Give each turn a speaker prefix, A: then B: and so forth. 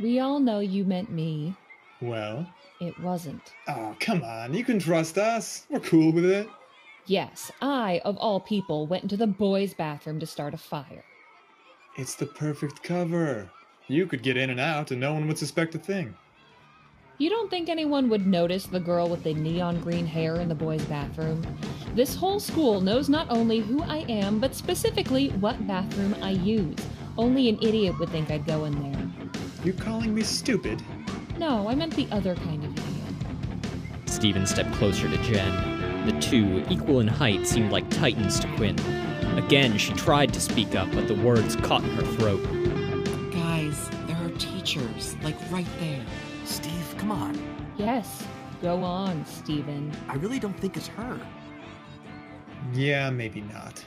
A: We all know you meant me.
B: Well,
A: It wasn't.
B: oh, come on. You can trust us. We're cool with it.
A: Yes, I, of all people, went into the boys' bathroom to start a fire.
B: It's the perfect cover. You could get in and out, and no one would suspect a thing.
A: You don't think anyone would notice the girl with the neon green hair in the boys' bathroom? This whole school knows not only who I am, but specifically what bathroom I use. Only an idiot would think I'd go in there.
B: You calling me stupid?
A: No, I meant the other kind of idiot.
C: Steven stepped closer to Jen. The two, equal in height, seemed like titans to Quinn. Again, she tried to speak up, but the words caught in her throat.
D: Guys, there are teachers, like right there.
E: Steve, come on.
A: Yes, go on, Steven.
E: I really don't think it's her.
B: Yeah, maybe not.